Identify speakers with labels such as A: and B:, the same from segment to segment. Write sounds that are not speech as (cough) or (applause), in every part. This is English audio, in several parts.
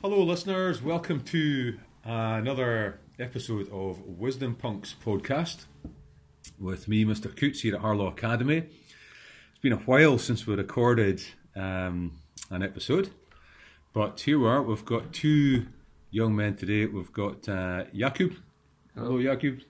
A: Hello, listeners. Welcome to uh, another episode of Wisdom Punks podcast with me, Mr. Coots, here at Harlow Academy. It's been a while since we recorded um, an episode, but here we are. We've got two young men today. We've got uh, Jakub. Hello, Jakub.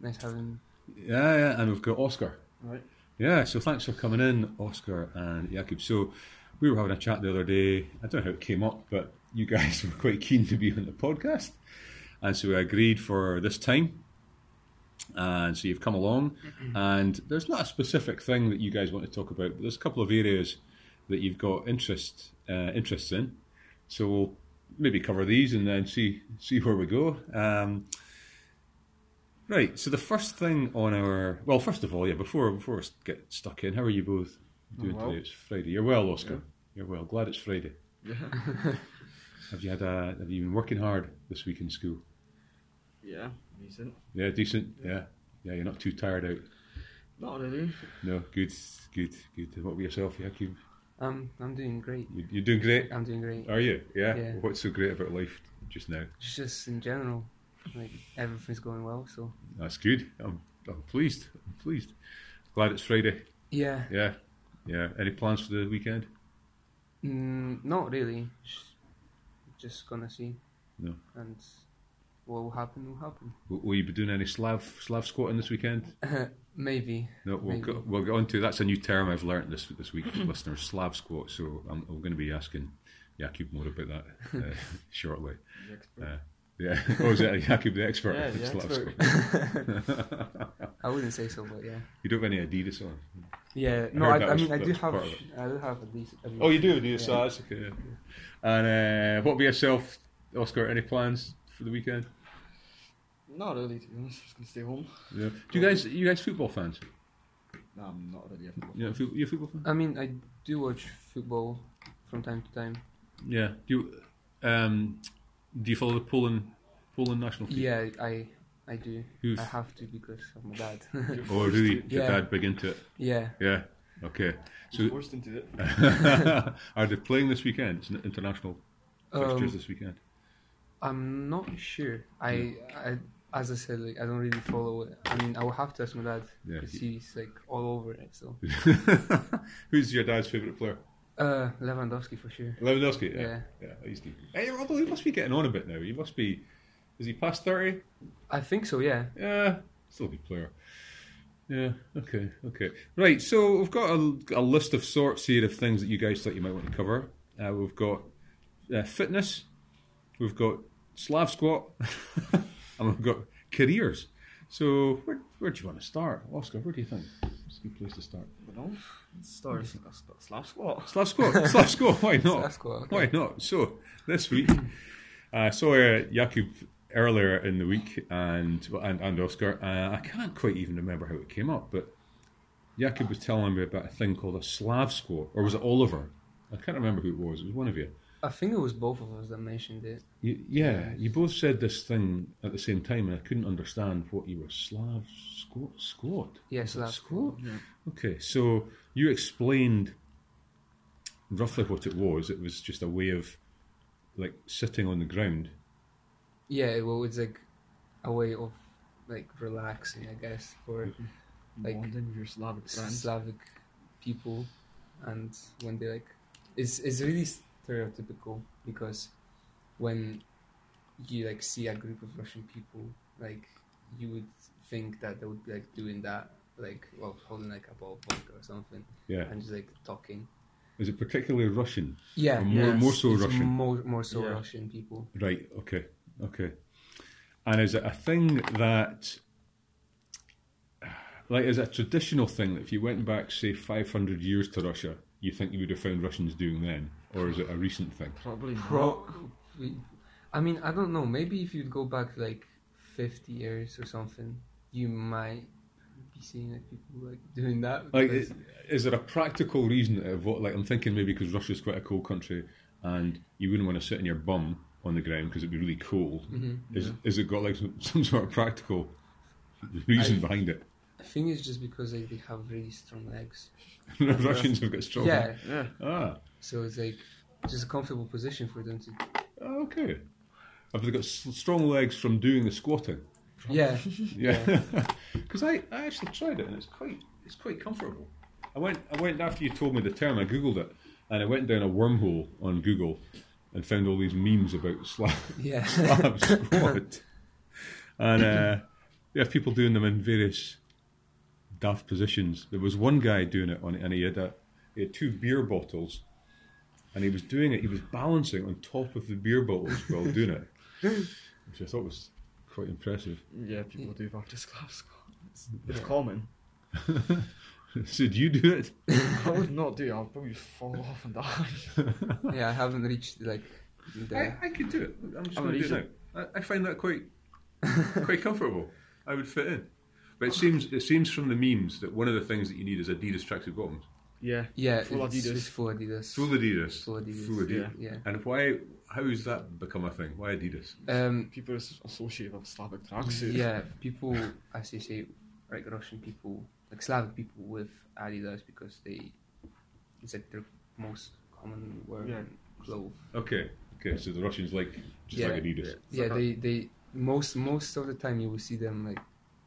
B: Nice having.
A: Yeah, yeah, and we've got Oscar.
B: Right.
A: Yeah, so thanks for coming in, Oscar and Jakub. So we were having a chat the other day. I don't know how it came up, but you guys (laughs) were quite keen to be on the podcast. And so we agreed for this time. And so you've come along. And there's not a specific thing that you guys want to talk about, but there's a couple of areas that you've got interest uh, interests in. So we'll maybe cover these and then see see where we go. Um, Right. So the first thing on our well, first of all, yeah. Before before we get stuck in, how are you both doing
B: well.
A: today? It's Friday. You're well, Oscar. You're well. Glad it's Friday.
C: Yeah,
A: Have you had a? Have you been working hard this week in school?
C: yeah, decent.
A: Yeah, decent. Yeah, yeah. You're not too tired out.
C: Not really.
A: No, good, good, good. And What about yourself? Yeah, you,
B: Um, I'm doing great.
A: you- you're doing great.
B: I'm doing great.
A: Are you? Yeah?
B: Yeah.
A: What's so great about life just now?
B: It's just in general, like everything's going well. So
A: That's good. I'm, I'm pleased. I'm pleased. Glad it's Friday.
B: yeah,
A: Yeah, yeah. Any plans for the weekend?
B: mm, not really. Just, just gonna see.
A: No.
B: And what will happen will happen.
A: Will, will you be doing any Slav Slav squatting this weekend?
B: Maybe.
A: No, we'll
B: Maybe.
A: go, we'll get on to that's a new term I've learnt this this week, (coughs) listeners. Slav squat. So I'm, I'm going to be asking Jakub more about that uh, (laughs) shortly.
C: The expert.
A: Uh, Yeah, (laughs) oh, is that Jakub the expert?
C: Yeah,
A: in
C: the
A: Slav
C: expert.
A: squat?
B: I wouldn't say so, but yeah.
A: you don't have any Adidas on.
B: Yeah.
A: I
B: No,
A: heard
B: I,
A: that
B: I,
A: was-
B: mean, I
A: that
B: do
A: was
B: have.
A: part of it.
B: I do have at least. at least-
A: Oh, you do Adidas.
B: Yeah.
A: so that's okay. And uh, what about yourself, Oscar? Any plans for the weekend?
C: Not really, to be honest. Just gonna stay home.
A: Yeah. Do you guys you guys football fans?
C: No, Nou, I'm not really.
A: Yeah, fo- you a football fan?
B: I mean, I do watch football from time to time.
A: Yeah. Do you um, do you follow the Poland Poland national team?
B: Yeah, I, I do.
A: Who's-
B: I have to because I'm bad.
A: Or really? Did
B: Yeah.
A: Dad big into it?
B: (laughs) yeah.
A: Yeah.
B: (laughs)
A: Okay.
C: So
A: So
C: forced into it.
A: are they playing this weekend? It's an international fixtures
B: Um,
A: this weekend. (laughs)
B: I'm not sure. I, I, as I said, like I don't really follow it. I mean, I will have to ask my dad
A: Yeah,
B: because
A: he-
B: he's like all over it. So,
A: Who's your dad's favourite player?
B: uh, Lewandowski for sure.
A: Lewandowski.
B: Yeah.
A: Yeah. He's good. Hey, although he must be getting on a bit now. He must be. Is he past thirty?
B: I think so. Yeah.
A: Yeah. Still a good player. Yeah. Okay. Okay. Right. So we've got a, a list of sorts here of things that you guys thought you might want to cover. Uh, we've got uh, fitness. We've got Slav squat, (laughs) and we've got careers. So where where do you want to start, Oscar? Where do you think? It's a good place to start.
C: But no, stars. Slav squat.
A: Slav (laughs) squat. Slav squat. Why not?
B: Slav squat, okay.
A: Why not? So this week, uh, I saw uh, Jakub earlier in the week, and well, and, and Oscar. Uh, I can't quite even remember how it came up, but Jakub was telling me about a thing called a Slav squat, or was it Oliver? I can't remember who it was. It was one of you.
B: I think it was both of us that mentioned it.
A: you yeah, you both said this thing at the same time, and I couldn't understand what you were Slav squat squat.
B: Yeah,
A: Was it
B: Slav
A: squat. Okay, so you explained roughly what it was. It was just a way of like sitting on the ground.
B: Yeah. Well, it's like a way of like relaxing, I guess, for Like-
C: Like Bonding with your Slavic friends.
B: Slavic people, and when they like, it's it's really stereotypical because when you like see a group of Russian people, like you would think that they would be like doing that, like well holding like a ball of vodka or something,
A: Yeah.
B: and just like talking.
A: Is it particularly Russian?
B: Yeah,
A: Or more-
B: yeah,
A: more
B: it's-
A: so
B: it's
A: Russian.
B: More more so
C: Yeah.
B: Russian people.
A: Right. Okay. Okay. And is it a thing that, like, is it a traditional thing that if you went back, say, five hundred years to Russia, you think you would have found Russians doing then, or is it a recent thing?
C: Probably not.
B: We- I mean, I don't know. Maybe if you'd go back like fifty years or something, you might be seeing like people like doing that.
A: Like,
B: because-
A: is, is there a practical reason of what? Like, I'm thinking maybe because Russia's quite a cold country, and you wouldn't want to sit on your bum on the ground because it'd be really cold.
B: Mm-hmm.
A: Is is it got like some, some sort of practical reason
B: I-
A: behind it? (laughs)
B: I think it's just because like, they have really strong legs.
A: Russians have got strong.
B: Yeah,
C: Yeah.
A: Ah.
B: so it's like just a comfortable position for them to
A: Okay. Have they got s- strong legs from doing the squatting?
B: Yeah.
A: (laughs) Yeah, because I, I actually tried it and it's quite it's quite comfortable. I went I went after you told me the term. I googled it and I went down a wormhole on Google and found all these memes about slab (laughs)
B: Yeah.
A: slab squat and uh, yeah, people doing them in various daft positions. There was one guy doing it on and he had a, he had two beer bottles and he was doing it. He was balancing on top of the beer bottles while doing it, which I thought was quite impressive.
C: Yeah, people do practice slap squat. It's, it's
B: Yeah.
C: common.
A: (laughs) so do you do it?
C: I would not do it. I'll (laughs) probably fall off and die.
B: yeah, I haven't reached like
A: I,
B: the
A: I could do it. I'm just
B: Oh,
C: I'm
A: going to
C: an
A: do it now. I, I find that
B: (laughs)
A: quite quite comfortable. I would fit in. But it seems it seems from the memes that one of the things that you need is Adidas tracksuit bottoms.
C: Yeah.
B: yeah.
C: Full
B: it's,
C: Adidas.
B: It's full Adidas.
A: Full Adidas.
B: Full Adidas.
A: Full Adidas.
B: Yeah.
A: And why? How has that become a thing? Why Adidas?
B: Um.
C: People as- associate with Slavic tracksuit.
B: Yeah. People, as you say, like Russian people, like Slavic people with Adidas because they, it's like their most common wear
C: Yeah.
B: clothes.
A: Okay. Okay. So the Russians like just
B: Yeah.
A: like Adidas.
B: Yeah,
C: Like a-
B: they they most most of the time you will see them like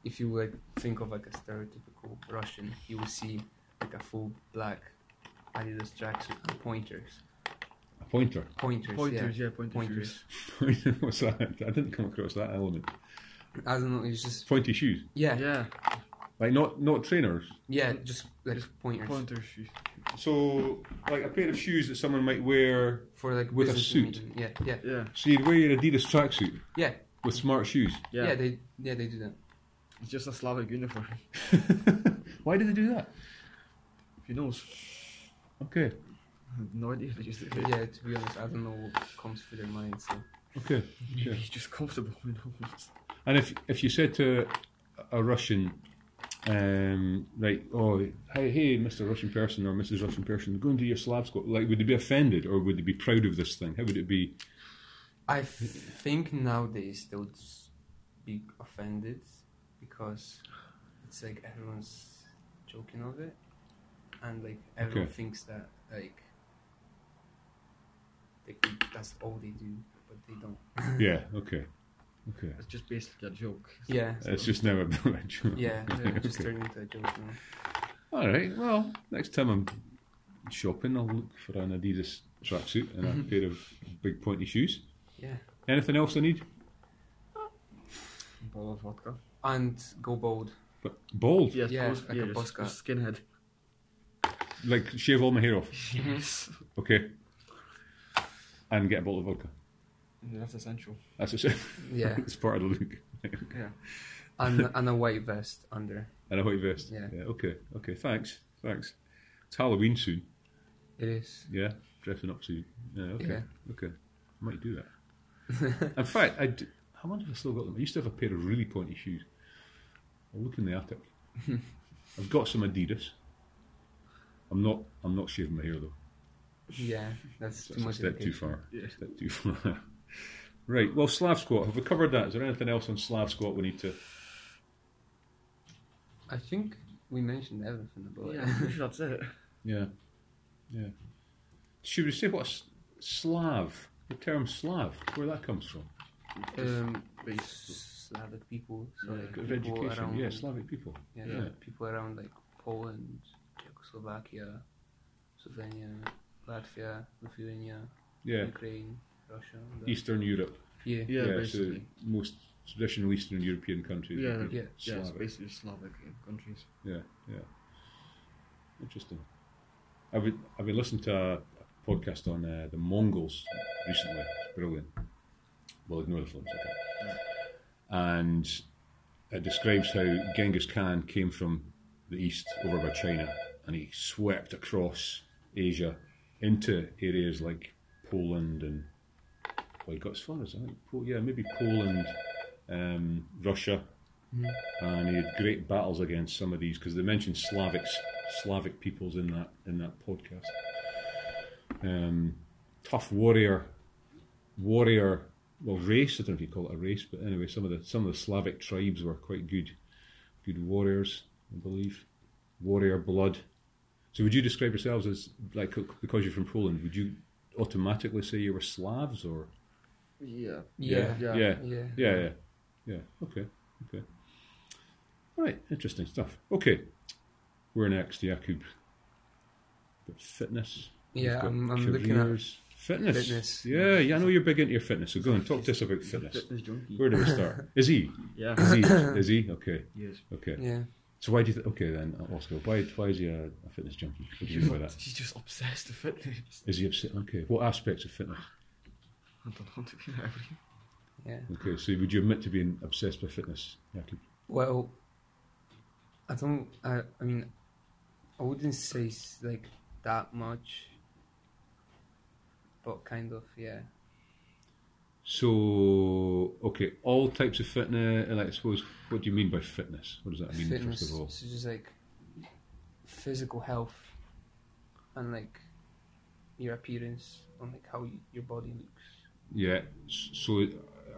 B: if you like think of like a stereotypical Russian, you will see like a full black Adidas tracksuit and pointers,
A: A pointer. (laughs)
B: pointers,
C: Pointers, yeah, pointer
B: Pointers.
C: shoes.
A: Pointer. What's that? I didn't come across that element.
B: yeah. I don't know, it's just
A: Pointy shoes.
B: yeah, yeah,
C: Yeah,
A: Like not not trainers.
B: just like pointers
C: pointer shoes.
A: So like a pair of shoes that someone might wear.
B: for like
A: With a
B: business
A: suit.
B: meeting. Yeah, yeah,
C: Yeah,
A: So you'd wear your Adidas tracksuit
B: yeah,
A: with smart shoes.
B: yeah,
C: yeah.
B: They yeah they do that.
C: it's just a Slavic uniform.
A: (laughs) Why did they do that? Oh,
C: Who knows?
A: Okay,
C: I have no idea. They just do
B: But yeah, to be honest, I don't know what comes through their mind. So
A: Oh, okay. Yeah.
C: (laughs) He's just comfortable. You know?
A: And if if you said to a Russian, um, like, oh, hey, hey, Mr. Russian person or Mrs. Russian person, go into your slab squat, like, would they be offended or would they be proud of this thing? How would it
B: (clears throat)
A: be?
B: I f- think nowadays they would s- be offended because it's like everyone's joking of it, and like everyone
A: Okay.
B: thinks that like they, can- that's all they do, but they don't.
A: Yeah, okay, okay.
C: It's just basically a joke.
B: Yeah,
A: It's just now a bit of a joke.
B: yeah,
A: (laughs) Okay.
B: it just turned into a joke now.
A: All right. Well, next time I'm shopping, I'll look for an Adidas tracksuit and
B: Mm-hmm.
A: a pair of big pointy shoes.
B: Yeah,
A: Anything else I need?
C: Bottle of vodka.
B: and go bold.
A: But bald,
C: Yeah,
B: Yeah,
C: post-
B: like a
C: just-
B: buzz cut.
C: just skinhead.
A: like shave all my hair off.
C: (laughs) Yes.
A: Okay. And get a bottle of vodka.
C: That's essential.
A: That's what it.
B: Yeah,
A: (laughs) it's part of the look.
C: Yeah.
B: and and a white vest under.
A: And a white vest.
B: Yeah.
A: Okay. Okay. Thanks. Thanks. It's Halloween soon.
B: It is.
A: Yeah. Dressing up soon. Yeah. Okay.
B: Yeah.
A: Okay. I might do that. (laughs) in fact, I, d- I wonder if I still got them. I used to have a pair of really pointy shoes. I'll look in the
B: (laughs)
A: attic. I've got some Adidas. I'm not. I'm not shaving my hair though.
B: Yeah, that's too
A: That's a
B: much.
A: step too
B: education.
A: far.
C: Yeah.
A: Step too far. (laughs) right. Well, Slav squat. Have we covered that? Is there anything else on Slav squat we need to?
B: I think we mentioned everything about
C: Yeah,
B: it. (laughs)
C: I'm pretty sure (laughs) that's it.
A: Yeah. Yeah. Should we say what s- Slav? The term Slav, where that comes from?
C: Uh,
B: um,
C: base.
B: Slavic people, so
C: Yeah,
B: like
A: Bit of
B: Uh, people
A: education.
B: around,
A: Yeah, Slavic people.
B: yeah,
A: yeah.
B: people around like Poland, Czechoslovakia, Slovenia, Latvia, Lithuania,
A: Yeah.
B: Ukraine, Russia. and that.
A: Eastern Europe.
B: Yeah,
C: Yeah,
A: so
C: basically.
A: most traditional Eastern European countries.
C: Yeah,
A: would be
B: yeah,
C: Yeah, it's
A: Slavic.
C: basically just Slavic uh, countries.
A: Yeah, yeah. Interesting. I would I would listen to a a podcast on uh, the Mongols recently. It's brilliant. Well, ignore the films, okay. And it describes how Genghis Khan came from the east over by China and he swept across Asia into areas like Poland and well, he got as far as I think, Po- yeah, maybe Poland, um, Russia, and he had great battles against some of these because they mentioned Slavic Slavic peoples in that in that podcast. Um, tough warrior, warrior, well race. I don't know if you call it a race, but anyway, some of the some of the Slavic tribes were quite good, good warriors, I believe. Warrior blood. So, would you describe yourselves as like because you're from Poland? Would you automatically say you were Slavs or
C: Yeah.
B: Yeah.
A: Yeah. Yeah.
C: Yeah.
B: Yeah.
A: Yeah, yeah, yeah. Okay, okay. All right, interesting stuff. Okay, we're next, Jakub. But fitness. we've
B: Yeah,
A: got
B: I'm- I'm looking at
A: careers. fitness.
B: fitness.
A: Yeah, yeah. I know you're big into your fitness, so go and talk to us about fitness.
C: Fitness junkie.
A: Where do we
B: (laughs)
A: start? Is he?
C: Yeah.
A: (laughs) Is he? Is he? Okay,
C: Yes.
A: okay.
B: Yeah.
A: So why do you? Th- okay, then Oscar, why why is he a, a fitness junkie? What do you mean by that?
B: (laughs)
C: She's just obsessed with fitness.
A: Is he upset? Okay, what aspects of fitness?
C: (laughs) I don't want to be everything.
B: Yeah.
A: Okay, so would you admit to being obsessed with fitness, Jakub?
B: Well, I don't. I, I mean, I wouldn't say s- like that much, but kind of, yeah.
A: So, okay, all types of fitness, and I suppose, what do you mean by fitness? What does that mean,
B: Fitness,
A: first of all?
B: so just like physical health and like your appearance and like how you, your body looks.
A: Yeah, s- so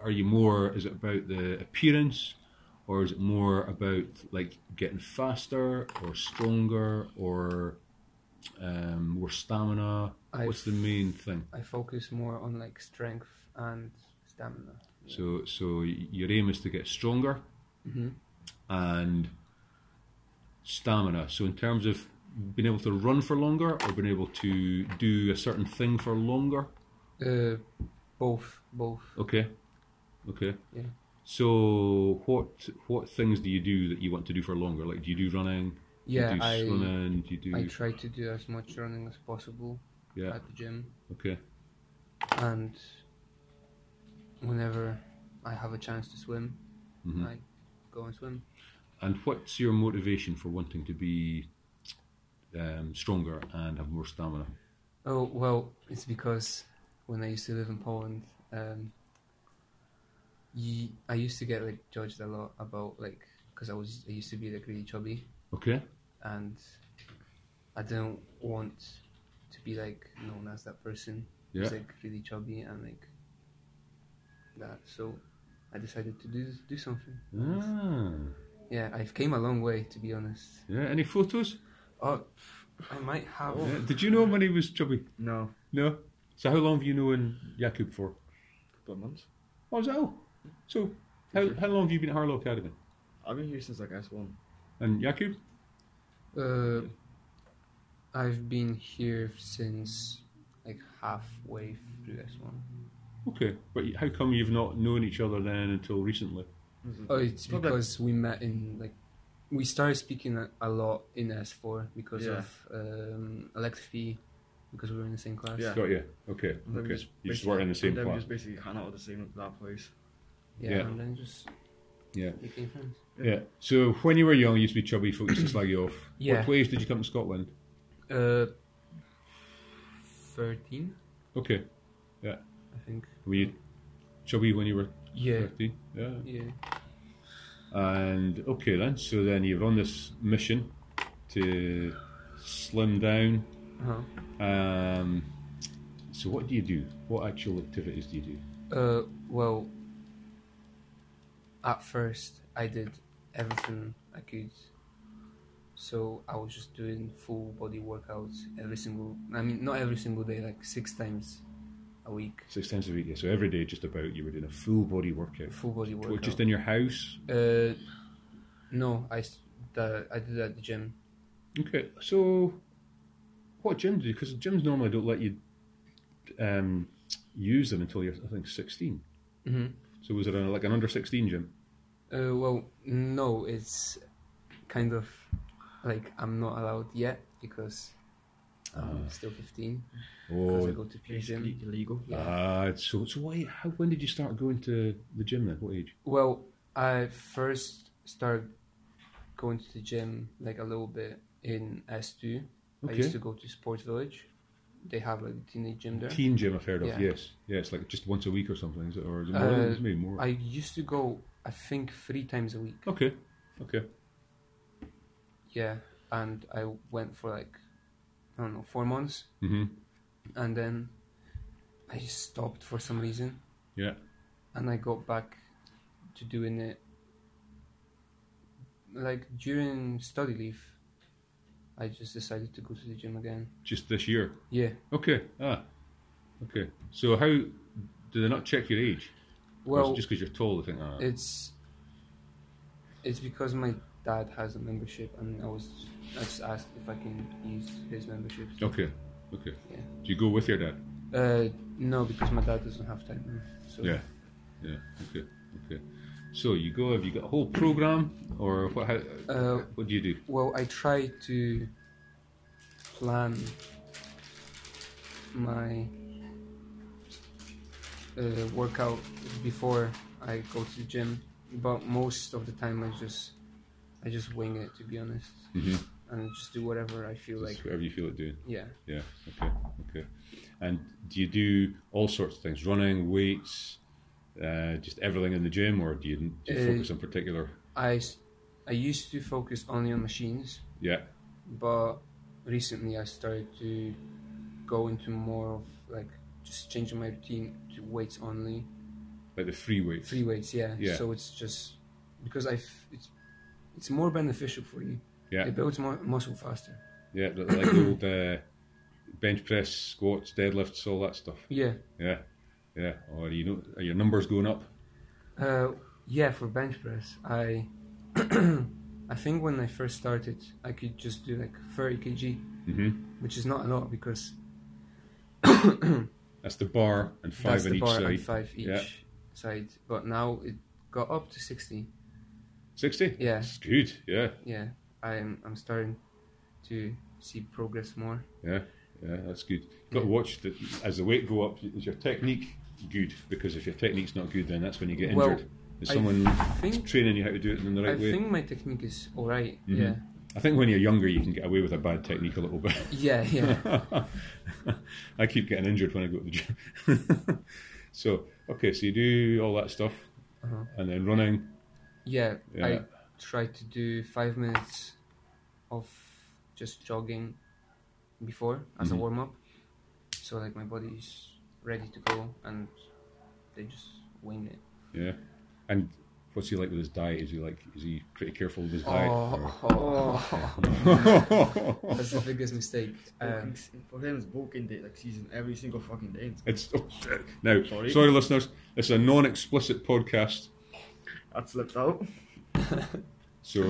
A: are you more, is it about the appearance, or is it more about like getting faster, or stronger, or um, more stamina?
B: I
A: What's the main thing?
B: I focus more on like strength and stamina.
A: So, so y- your aim is to get stronger
B: Mm-hmm.
A: and stamina. So, in terms of being able to run for longer or being able to do a certain thing for longer,
B: Uh, both, both.
A: Okay. Okay.
B: Yeah.
A: So what what things do you do that you want to do for longer? Like do you do running?
B: Yeah,
A: Do you do
B: I
A: swimming? Do you do
B: I try to do as much running as possible
A: Yeah.
B: at the gym.
A: Okay.
B: and whenever I have a chance to swim,
A: Mhm.
B: I go and swim.
A: And what's your motivation for wanting to be um, stronger and have more stamina?
B: Oh well, it's because when I used to live in Poland, um, ye- I used to get like judged a lot about like because I was I used to be like really chubby
A: Okay.
B: and I don't want to be like known as that person who's
A: Yeah.
B: like really chubby and like that. So I decided to do do something.
A: Ah.
B: Yeah, I've came a long way to be honest.
A: Yeah. Any photos?
B: Oh, I might have.
A: Yeah. Did you know him when he was chubby?
C: No.
A: No. So how long have you known Jakub for?
C: Couple of months.
A: Oh, is that all? So how, how long have you been at Harlow Academy?
C: I've been here since like S1.
A: And Jakub?
B: Uh, I've been here since like halfway through this one.
A: Okay, but how come you've not known each other then until recently?
B: Oh, it's
C: Not that-
B: because we met in like we started speaking a, a lot in S four because
C: Yeah.
B: of um, electv because we were in the same class.
C: Yeah.
A: Got you. Okay,
C: And then
A: okay.
C: we
A: You just
C: basically-
A: weren't in the
C: and
A: same
C: then we
A: class.
C: just basically hung out at the same that place.
B: Yeah,
A: Yeah.
B: and then just
A: Yeah.
B: became friends.
A: Yeah. So when you were young, you used to be chubby, folks used to slag you off.
B: Yeah.
A: What ways did you come to Scotland?
B: Uh, thirteen,
A: Okay.
B: I think.
A: Were you chubby when you were
B: Yeah,
A: 13? Yeah.
B: yeah,
A: And okay then, so then you're on this mission to slim down.
B: uh-huh.
A: Um, so what do you do? What actual activities do you do?
B: Uh, well, at first I did everything I could. So I was just doing full body workouts every single. I mean, not every single day, like six times a week.
A: Six times a week, yeah. So every day, just about, you were doing a full body workout.
B: Full body workout.
A: Just in your house,
B: uh, no, I s- that I did at the gym.
A: Okay, so what gyms do? Because gyms normally don't let you um, use them until you're, I think, sixteen.
B: hmm
A: So was it a, like an under sixteen gym?
B: Uh, well, no, it's kind of like I'm not allowed yet because I'm still 15. Because I go to P
C: It's
B: gym.
C: illegal.
B: Yeah.
A: Ah, Oh, so so what, how, when did you start going to the gym then? What age?
B: Well, I first started going to the gym like a little bit in S2. I
A: Okay.
B: used to go to Sports Village. They have like a teenage gym there.
A: Teen gym, I've heard of.
B: Yeah.
A: Yes, yes, like just once a week or something, is it? Or is it more?
B: Uh,
A: maybe more.
B: I used to go, I think, three times a week.
A: okay, okay,
B: Yeah. And I went for like, I don't know, four months.
A: mm-hmm.
B: And then I just stopped for some reason.
A: yeah,
B: And I got back to doing it like during study leave. I just decided to go to the gym again.
A: just this year.
B: Yeah.
A: Okay, ah, okay. So how Do they not check your age? Or is it
B: Well,
A: just because you're tall, they think. Oh,
B: it's it's because my dad has a membership, and I was I just asked if I can use his membership.
A: okay, okay.
B: Yeah.
A: Do you go with your dad?
B: Uh, no, because my dad doesn't have time. now, So
A: Yeah, yeah. Okay, okay. So you go. Have you got a whole program, or what? How,
B: Uh,
A: what do you do?
B: Well, I try to plan my uh, workout before I go to the gym, but most of the time I just I just wing it to be honest,
A: Mm-hmm.
B: and just do whatever I feel like.
A: Just whatever you feel like doing.
B: Yeah,
A: Yeah. Okay. Okay. And do you do all sorts of things? Running, weights, uh, just everything in the gym, or do you, do you
B: Uh,
A: focus on particular?
B: I s- I used to focus only on machines,
A: Yeah.
B: but recently I started to go into more of like just changing my routine to weights only.
A: Like the free weights.
B: Free weights, yeah.
A: Yeah.
B: So it's just because I, f- it's, it's more beneficial for you.
A: Yeah.
B: It builds more muscle faster.
A: Yeah. Like like the old uh, bench press, squats, deadlifts, all that stuff.
B: Yeah.
A: Yeah. Yeah. Or you know, are your numbers going up?
B: Uh, yeah. For bench press, I, (clears throat) I think when I first started, I could just do like 30 kg,
A: hmm
B: which is not a lot because
A: That's the bar and five
B: that's
A: on
B: the
A: each
B: bar
A: side.
B: and five each
A: Yeah.
B: side. But now it got up to 60.
A: Sixty.
B: Yeah.
A: It's good. Yeah.
B: Yeah. I'm I'm starting to see progress more.
A: Yeah, yeah, that's good. You've got to watch that as the weight go up. Is your technique good? Because if your technique's not good, then that's when you get
B: Well,
A: injured. is
B: I
A: someone
B: think-
A: training you how to do it in the right
B: I
A: way?
B: think my technique is alright.
A: Mhm.
B: Yeah.
A: I think when you're younger, you can get away with a bad technique a little bit.
B: Yeah. Yeah.
A: (laughs) I keep getting injured when I go to the gym. (laughs) so okay, so you do all that stuff,
B: Uh-huh.
A: and then running.
B: Yeah, I
A: Yeah.
B: try to do five minutes of just jogging before as a
A: Mhm.
B: warm up, so like my body's ready to go and they just wing it.
A: Yeah, and what's he like with his diet? Is he like is he pretty careful with his diet?
B: Oh,
A: or-
B: that's the biggest mistake. Um,
C: for him, it's bulking day like season every single fucking day.
A: (laughs) It's oh, now. Sorry.
C: Sorry.
A: listeners. It's a non-explicit podcast,
C: That
B: (laughs)
C: slipped out.
A: so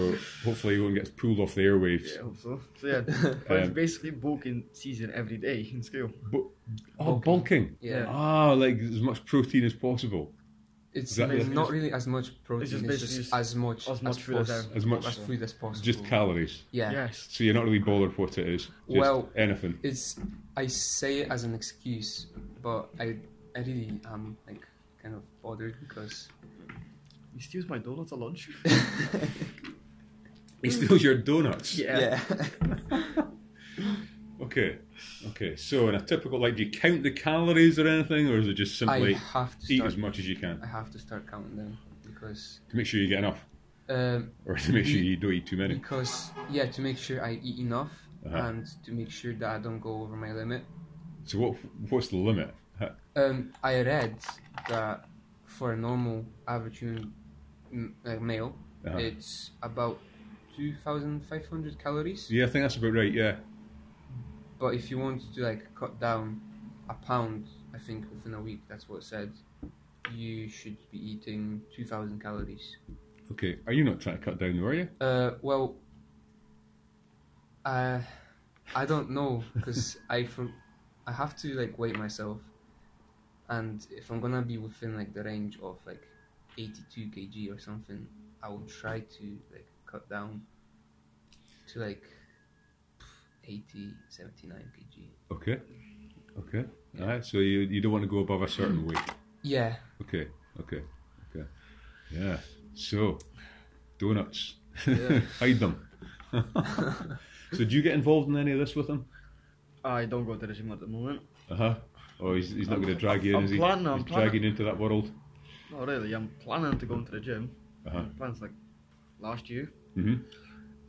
A: hopefully you won't get pulled off the airwaves.
C: Yeah, I hope so.
B: (laughs)
C: So yeah, but it's
A: Um,
C: basically bulking season every day in school.
A: Bu- oh, bulking.
B: yeah,
A: Ah, like as much protein as possible,
B: it's
A: that-
B: there's
A: it's
B: not
C: just-
B: really as much protein. It's
C: just
B: just,
C: basically just
B: as much
C: As much food as,
B: pos-
A: as much-
B: as food as possible.
A: just calories.
B: yeah.
C: Yes.
A: So you're not really bothered what it is. Just
B: Well-
A: anything.
B: it's I say it as an excuse, but I I really am like kind of bothered because
C: He steals my donuts at
B: (laughs)
C: lunch.
A: He steals your donuts.
B: Mm. yeah.
A: Okay. Okay. So in a typical, like, do you count the calories or anything, or is it just
B: I
A: simply
B: have to
A: eat as
B: start.
A: much as you can
B: I have to start counting them because
A: to make sure you get enough,
B: um,
A: or to make sure you don't eat too many?
B: because yeah to make sure I eat enough
A: Uh-huh.
B: and to make sure that I don't go over my limit.
A: So what? What's the limit? Huh,
B: Um, I read that for a normal average human m- like male,
A: uh-huh.
B: it's about two thousand five hundred calories.
A: Yeah, I think that's about right. Yeah.
B: But if you want to like cut down a pound, I think within a week, that's what it said. You should be eating two thousand calories.
A: Okay, are you not trying to cut down, though, are you?
B: Uh, well, uh, I don't know because (laughs) I for, I have to like weigh myself, and if I'm gonna be within like the range of like eighty-two kg or something, I will try to like cut down to like 80, 79 kg.
A: Okay, okay. All right. So you you don't want to go above a certain
B: Mm.
A: weight.
B: Yeah.
A: Okay, okay, okay. Yeah. So donuts,
C: Yeah.
A: (laughs) hide them.
B: (laughs)
A: so do you get involved in any of this with him?
C: I don't go to the gym at the moment.
A: Uh huh. Oh, he's, he's not going to drag you in,
C: I'm
A: is he?
C: planning, I'm
A: he's
C: planning.
A: dragging you into that world.
C: Not really. I'm planning to go into the gym.
A: Uh huh.
C: My plans like last year.
A: hmm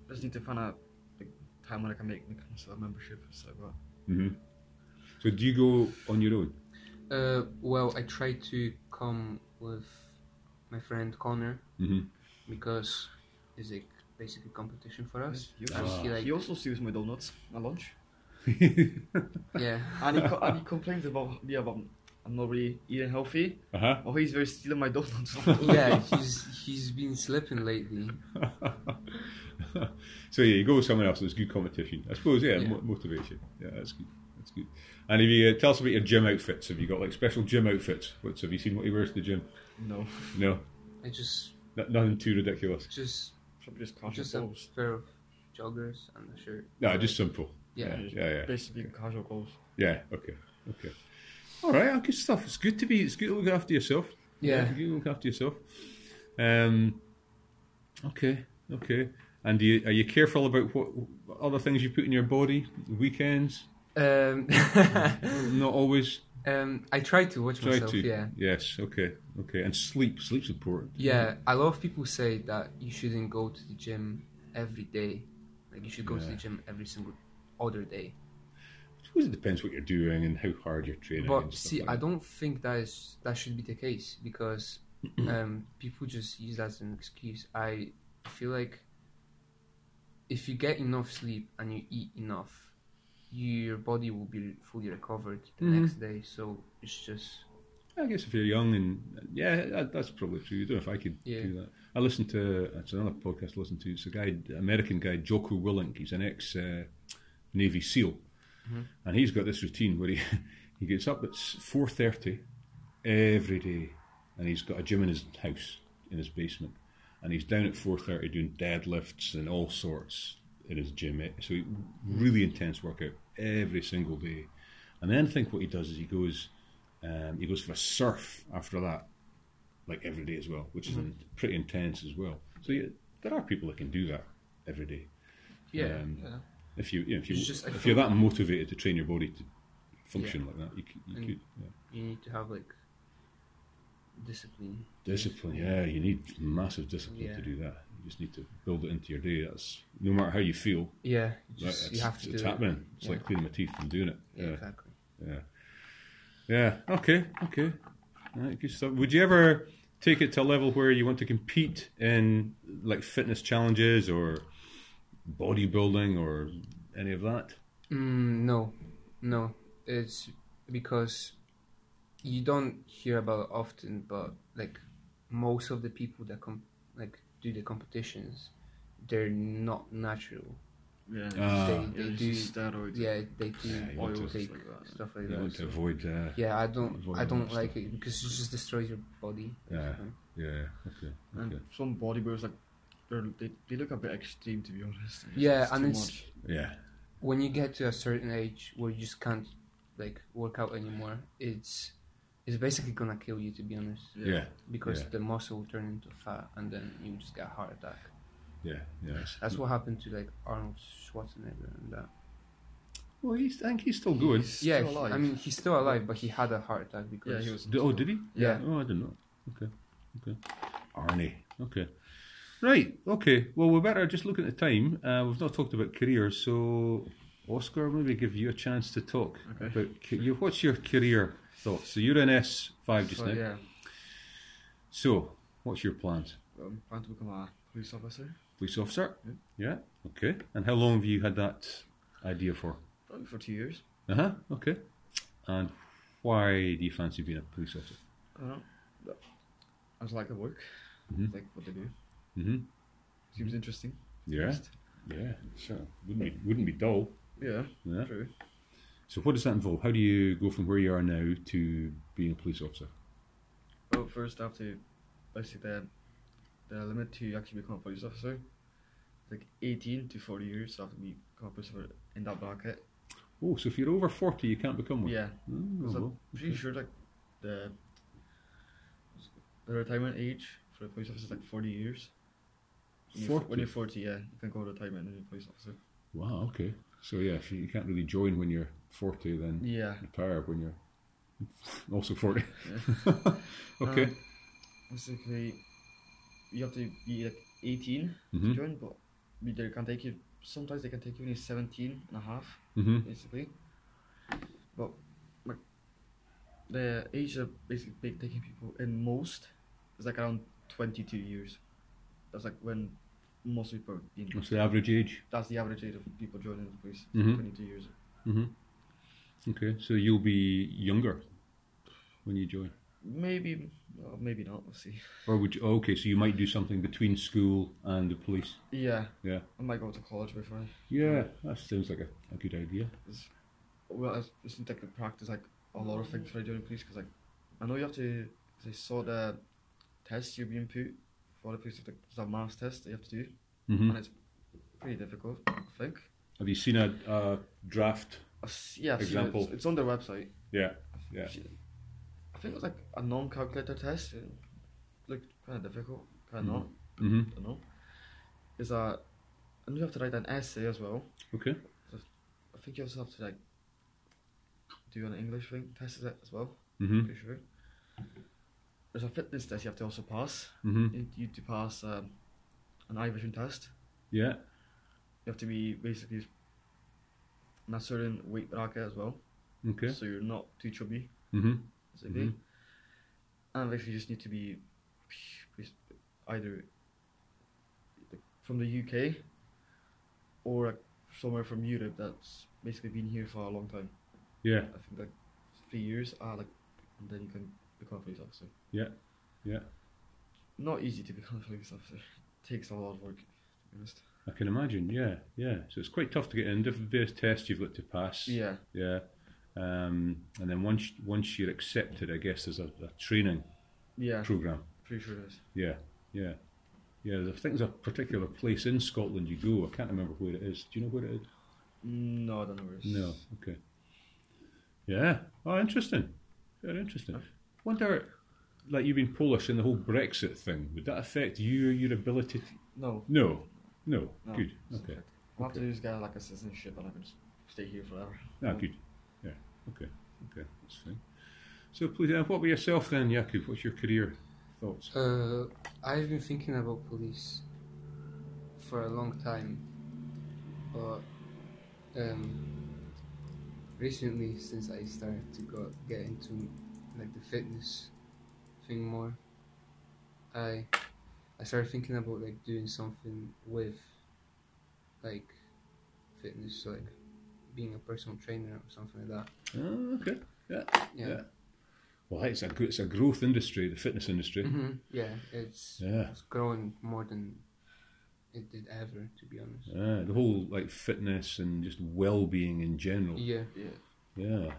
C: just need to find out the time when I can make the cancel a membership and stuff like that.
A: hmm So do you go on your own?
B: Uh, well, I tried to come with my friend Connor
A: hmm
B: because it's like basically competition for
C: (laughs)
B: us.
C: He
B: And
C: also,
B: he like
C: he also steals my donuts at lunch.
B: yeah
A: Mm-hmm. (laughs)
C: And he, co- and he complains about me about I'm not really eating healthy.
A: Uh
C: Oh, he's very stealing my donuts. (laughs)
B: yeah, he's he's been slipping lately.
A: huh. so yeah, you go with someone else. It's good competition, I suppose. Yeah,
B: Yeah.
A: Mo- motivation. Yeah, that's good. That's good. And if you uh, tell us about your gym outfits, have you got like special gym outfits? What's have you seen what he wears to the gym?
C: no,
A: No,
B: I just
A: no nothing too ridiculous.
B: just
C: probably just casual
B: just a
C: clothes.
B: pair of joggers and a shirt.
A: No, just simple.
B: Yeah.
A: Yeah, yeah, yeah.
C: Basically casual clothes.
A: Yeah. Okay. Okay. All right. ah, Good stuff. It's good to be. It's good to look after yourself.
B: Yeah.
A: You look after yourself. Um. Okay. Okay. And do you, are you careful about what other things you put in your body?
B: (sighs)
A: Weekends,
B: Um, (laughs)
A: not always.
B: um, I try to watch
A: Try
B: myself.
A: to.
B: Yeah.
A: Yes. Okay. Okay. And sleep. Sleep's important.
B: Yeah. A lot of people say that you shouldn't go to the gym every day. Like you should go to
A: Yeah.
B: the gym every single other day.
A: I suppose it depends what you're doing and how hard you're training.
B: But
A: and stuff
B: see,
A: like
B: I
A: that.
B: don't think that is that should be the case
A: (clears throat)
B: because um, people just use that as an excuse. I feel like if you get enough sleep and you eat enough, your body will be fully recovered the
A: Mhm.
B: next day. So it's just
A: I guess if you're young and yeah, that, that's probably true. I don't know if I could
B: Yeah.
A: do that. I listened to it's another podcast. I listened to it's a guy, American guy, Joko Willink. He's an ex uh, Navy SEAL, and he's got this routine where he (laughs) he gets up at four thirty every day, and he's got a gym in his house in his basement, and he's down at four thirty doing deadlifts and all sorts in his gym. Eh, So he, really intense workout every single day, and then I think what he does is he goes. Um, he goes for a surf after that, like every day as well, which
B: Hmm.
A: is in, pretty intense as well. So yeah, there are people that can do that every day.
B: yeah,
A: Um,
B: yeah.
A: If you, you know, if you
B: It's just- I
A: if you're that motivated to train your body to function like that, you, c- you
B: And-
A: could. Yeah.
B: You need to have like discipline.
A: Discipline, yeah, you need massive discipline
B: Yeah.
A: to do that. You just need to build it into your day. That's no matter how you feel,
B: Yeah, you
A: that-
B: just
A: it's,
B: you have to
A: it's
B: do it.
A: happening. It's like
B: Yeah.
A: cleaning my teeth. I'm doing it.
B: Yeah,
A: yeah.
B: exactly.
A: Yeah. Yeah. Okay. Okay. All right, good stuff. Would you ever take it to a level where you want to compete in like fitness challenges or bodybuilding or any of that?
B: Mm, no, no. It's because you don't hear about it often, but like most of the people that com- like do the competitions, they're not natural.
C: Yeah.
A: Ah.
B: they,
C: yeah,
B: they
C: it's
B: do,
C: just steroids.
B: yeah, they do
A: Yeah, you
B: oil
A: want to-
B: take
C: Like that.
B: stuff like
A: You
B: that.
A: want to avoid. Uh,
B: yeah, I don't,
A: Avoid
B: I
A: all
B: don't
A: that
B: like it because it just destroys your body.
A: Yeah.
B: basically.
A: yeah. Okay.
C: And
A: Okay.
C: some bodybuilders like they're, they they look a bit extreme to be honest. It's-
B: Yeah, and
C: too
B: it's-
C: much.
A: Yeah.
B: when you get to a certain age where you just can't like work out anymore, it's it's basically gonna kill you to be honest.
A: Yeah.
B: because
A: Yeah.
B: the muscle will turn into fat and then you just get a heart attack.
A: Yeah. Yeah. it's-
B: That's
C: Mm.
B: what happened to like Arnold Schwarzenegger and that.
A: Well, he's, I think he's still going.
C: He's
B: yeah,
C: still
B: he-
C: alive.
B: I mean he's still alive, but he had a heart attack because
C: yeah, he was.
A: Oh, did he?
B: yeah.
A: Oh, I didn't know. Okay. Okay. Arnie. Okay. Right. Okay. Well, we better just look at the time. Uh, we've not talked about careers, so Oscar, maybe give you a chance to talk
C: Okay.
A: about ca- your, what's your career thoughts. So you're in S five just
C: so,
A: now.
C: yeah,
A: So what's your plans,
C: I'm planning um, to become a police officer.
A: police officer?
C: Yeah.
A: Yeah. Okay. And how long have you had that idea for?
C: Probably for two years.
A: Uh huh. Okay. And why do you fancy being a police officer?
C: I don't. know. I just like the work.
A: Mhm.
C: Like what they do.
A: Mm-hmm.
C: Seems interesting.
A: Yeah. Yeah. Sure. Wouldn't be wouldn't be dull.
C: Yeah.
A: Yeah.
C: True.
A: So what does that involve? How do you go from where you are now to being a police officer?
C: Well, first I have to basically the the limit to actually become a police officer. It's like 18 to 40 years so I have to be- become a police officer in that bracket.
A: Oh, so if you're over forty, you can't become one.
C: Yeah.
A: Oh,
C: 'cause
A: well,
C: I'm pretty sure like the the retirement age for a police officer is like 40 years. When you're,
A: 40.
C: when you're 40, yeah, you can go to retirement and be a police officer.
A: Wow. Okay. So yeah, if you, you can't really join when you're forty, then
C: Yeah.
A: retire when you're (laughs) also forty. (laughs) okay.
C: Um, basically, you have to be like 18
A: Mhm.
C: to join, but we- they can take you. Sometimes they can take you only 17 and a half,
A: hmm
C: basically. But like the age of basically big taking people in most is like around 22 years. That's like when most people are being.
A: What's the average age?
C: That's the average age of people joining the police.
A: Mhm.
C: 22 years.
A: Okay. So you'll be younger. when you join?
C: Maybe, well, maybe not. We'll see.
A: Or would you? oh, okay, so you might do something between school and the police.
C: Yeah.
A: Yeah.
C: I might go to college before. I,
A: Yeah, that sounds like a, a good idea.
C: well, I just need to practice like a lot of things before I join the police because like I know you have to. Cause they saw the test you're being put for the police. It's like- it's a mass test that you have to do,
A: hmm
C: and it's pretty difficult. I think.
A: Have you seen a, a draft?
C: I've, s- yeah. I've seen it.
A: Example.
C: It's, it's on their website.
A: Yeah, yeah.
C: I think it was like a non-calculator test. It looked kind of difficult, kind of not.
A: hmm
C: I don't know. Is that and you have to write an essay as well.
A: Okay.
C: I think you also have to like do an English thing test is it as well.
A: hmm
C: Pretty sure. There's a fitness test you have to also pass.
A: hmm
C: You you have to pass um, an eye vision test.
A: Yeah.
C: You have to be basically in a certain weight bracket as well,
A: Okay.
C: so you're not too chubby.
A: hmm
C: basically. And basically, you just need to be bas- either like, from the UK or like, somewhere from Europe that's basically been here for a long time.
A: Yeah.
C: I think like three years, uh, like, and then you can become a police officer.
A: Yeah, yeah.
C: Not easy to become a police officer. takes a lot of work, to be honest.
A: I can imagine. Yeah, yeah. So it's quite tough to get in. Different various tests you've got to pass.
C: Yeah,
A: Yeah. Um, and then once once you're accepted, I guess there's a, a training
C: yeah,
A: program.
C: pretty sure it is.
A: Yeah, yeah, yeah. I think there's a particular place in Scotland you go. I can't remember where it is. Do you know where it is?
C: No, I don't know where it is.
A: No. Okay. Yeah. Oh, interesting. Very interesting. Wonder, like you've been Polish and the whole Brexit thing. Would that affect you your ability? To...
C: No.
A: No. No.
C: no.
A: Good.
C: it's
A: Okay.
C: not. I'll have to just get like a citizenship and I can just stay here forever.
A: Ah, good. Yeah. Okay. Okay. That's fine. So, please, uh, what about yourself then, Jakub? What's your career thoughts?
B: Uh, I've been thinking about police for a long time, but um, recently, since I started to go get into like the fitness thing more, I I started thinking about like doing something with like fitness, so, like being a personal trainer or something like that.
A: Ah, okay.
B: Yeah.
A: Yeah. Well, it's a gr- it's a growth industry, the fitness industry.
B: Mhm. Yeah, it's
A: Mm-hmm. Yeah.
B: it's growing more than it did ever, to be honest.
A: Ah, the whole like fitness and just well-being in general.
B: Yeah,
C: Yeah.
A: Yeah.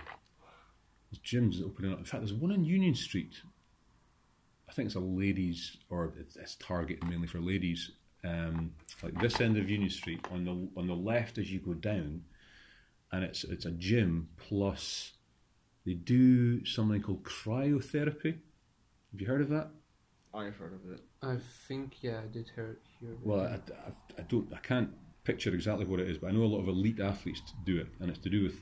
A: There's gyms opening up. In fact, there's one in Union Street. I think it's a ladies, or it's, it's targeted mainly for ladies. Um, like this end of Union Street, on the on the left as you go down, and it's it's a gym plus they do something called cryotherapy. Have you heard of that?
C: I've heard of it.
B: I think yeah, I did hear hear. about
A: Well, I,
B: it.
A: I- I don't, I can't picture exactly what it is, but I know a lot of elite athletes do it, and it's to do with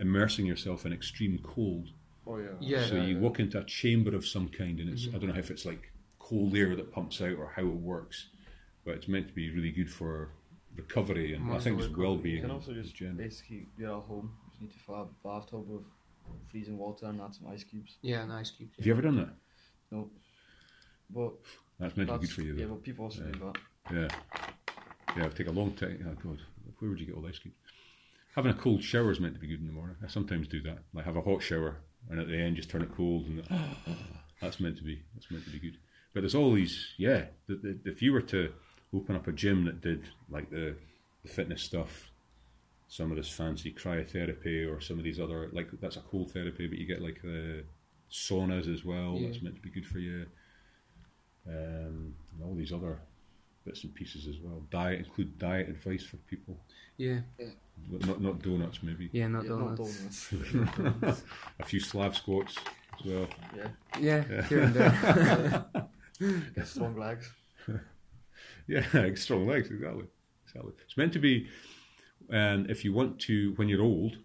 A: immersing yourself in extreme cold.
C: Oh yeah.
B: Yeah.
A: So you walk into a chamber of some kind, and it's I don't know if it's like cold air that pumps out or how it works, but it's meant to be really good for recovery and I
B: Muscle
A: think it's
B: recovery.
A: well
C: You
A: being.
C: can also just
A: Gin.
C: basically you're at home. You just need to fill up a bathtub with freezing water and add some ice cubes.
B: yeah, an ice cube.
A: Have you ever done that?
C: No, but
A: That's meant to be
C: that's
A: good for you.
C: yeah.
A: Though.
C: But people also do that.
A: Yeah. Yeah, it'd take a long time. Oh, God. Where would you get all the ice cubes? Having a cold shower is meant to be good in the morning. I sometimes do that. Like have a hot shower and at the end just turn it cold and (gasps) that's meant to be that's meant to be good. But there's all these yeah. The, the, if you were to open up a gym that did like the, the fitness stuff, some of this fancy cryotherapy or some of these other like that's a cold therapy, but you get like the saunas as well.
B: Yeah.
A: That's meant to be good for you. Um, and all these other bits and pieces as well. Diet include diet advice for people,
B: Yeah,
A: but not not donuts maybe.
B: yeah, not
C: Yeah, not
B: donuts.
C: donuts.
A: (laughs) a few Slav squats as well. (laughs)
C: yeah,
B: Yeah, here and there.
C: get strong legs.
A: Yeah, strong legs exactly. Exactly. It's meant to be, um, if you want to when you're old,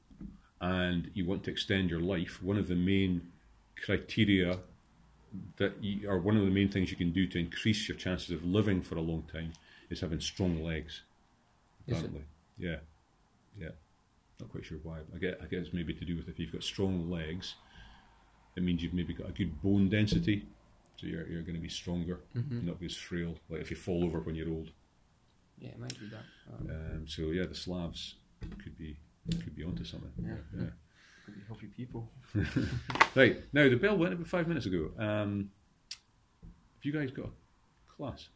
A: and you want to extend your life, one of the main criteria that you, or one of the main things you can do to increase your chances of living for a long time is having strong legs.
B: Is it?
A: Apparently, yeah, yeah. Not quite sure why. I get. I guess maybe to do with if you've got strong legs, it means you've maybe got a good bone density, so you're you're going to be stronger,
B: Mm-hmm.
A: not be as frail. Like if you fall over when you're old.
B: yeah, it might be that. Um,
A: Um, so yeah, the Slavs could be could be onto something.
C: Yeah.
A: yeah.
C: pretty healthy people.
A: Right now, the bell went about five minutes ago. Um, have you guys got a class?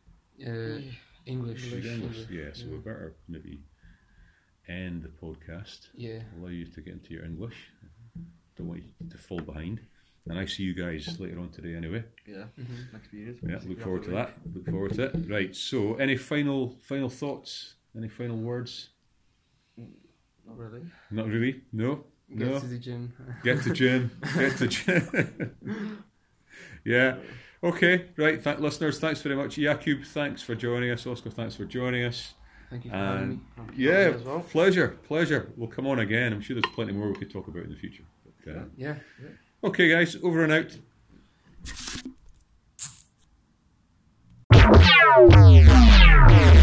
B: Uh, English.
A: Should English?
B: English.
A: Yeah, so we better maybe end the podcast.
B: Yeah.
A: Allow you to get into your English. Don't want you to fall behind. And I see you guys later on today anyway.
C: Yeah,
B: Mhm.
C: next few years.
A: Yeah,
C: We'll see
A: look
C: what
A: forward to
C: happens.
A: that. Look forward to it. Right. So, any final final thoughts? Any final words?
C: Not really.
A: Not really. No.
B: Get
A: No.
B: to the gym. (laughs)
A: Get to gym. Get to gym. (laughs) yeah. Okay. Right. Thank listeners. Thanks very much, Jakub. Thanks for joining us, Oscar. Thanks for joining us.
B: Thank you for having me.
A: And yeah, pleasure, pleasure. We'll come on again. I'm sure there's plenty more we could talk about in the future. But, uh,
B: Yeah.
A: okay, guys. Over and out.
D: Meow.